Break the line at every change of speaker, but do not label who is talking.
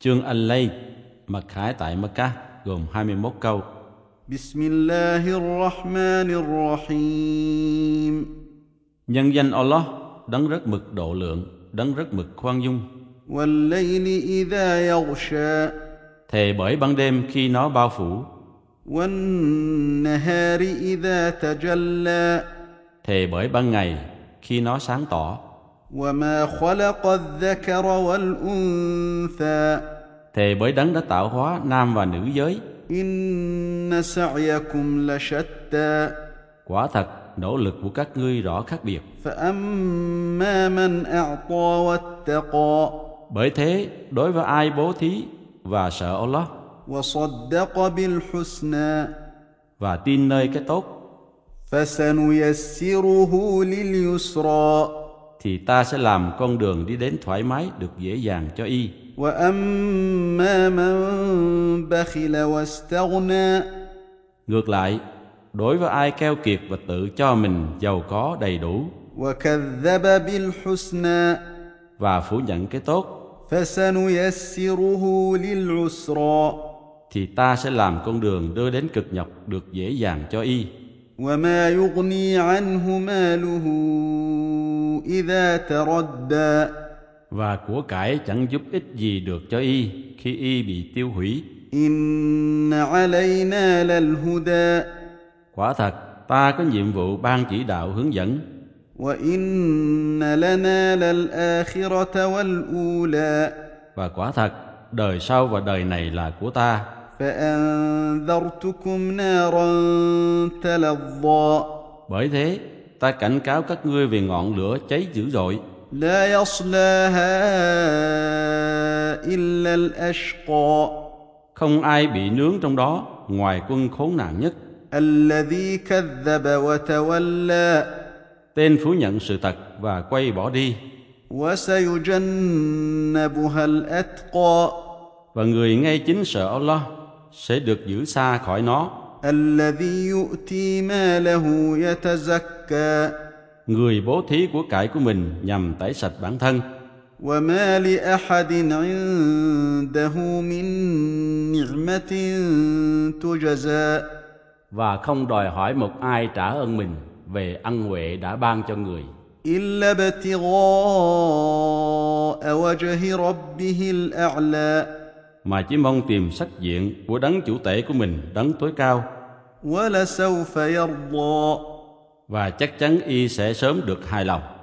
Chương Al-Lay, mặc khải tại Mecca gồm 21 câu.
بسم الله الرحمن الرحيم
Nhân danh Allah, đấng rất mực độ lượng, đấng rất mực khoan dung.
والليل إذا يغشى
Thề bởi ban đêm khi nó bao phủ,
والنهار إذا تجلى
thề bởi ban ngày khi nó sáng tỏ,
وما خلق الذكر والأنثى
thề bởi đấng đã tạo hóa nam và nữ giới.
إن سعيكم لشتى
Quả thật, nỗ lực của các ngươi rõ khác biệt.
فأما من أعطى واتقى
Bởi thế, đối với ai bố thí và sợ Allah
وصدق بالحسنى
và tin nơi cái tốt,
فسنيسره لليسرى
thì ta sẽ làm con đường đi đến thoải mái được dễ dàng cho y.
واما من بخل واستغنى
Ngược lại, đối với ai keo kiệt và tự cho mình giàu có đầy đủ
وكذب بالحسنى
và phủ nhận cái tốt,
فسنيسره للعسرى
thì ta sẽ làm con đường đưa đến cực nhọc được dễ dàng cho y.
وما يغني عنه ماله اذا تردى
Và của cải chẳng giúp ích gì được cho y khi y bị tiêu hủy.
ان علينا للهدى
Quả thật, ta có nhiệm vụ ban chỉ đạo hướng dẫn
وان لنا للاخره والاولى
và quả thật, đời sau và đời này là của ta.
فأنذرتكم نارا تلظى
Bởi thế, ta cảnh cáo các ngươi về ngọn lửa cháy dữ dội,
لا يصلاها إلا الأشقى
không ai bị nướng trong đó ngoài quân khốn nạn nhất.
الذي كذب وتولى
Tên phủ nhận sự thật và quay bỏ đi,
وسيجنبها الأتقى
và người ngay chính sợ Allah sẽ được giữ xa khỏi nó.
الذي يؤتي ماله يتزكى
Người bố thí của cải của mình nhằm tẩy sạch bản thân,
وما لأحد عنده من نعمة تجزى
và không đòi hỏi một ai trả ơn mình về ăn huệ đã ban cho người,
إلا ابتغاء وجه ربه الأعلى
mà chỉ mong tìm sắc diện của đấng chủ tể của mình, đấng tối cao,
ولسوف يرضى
và chắc chắn y sẽ sớm được hài lòng.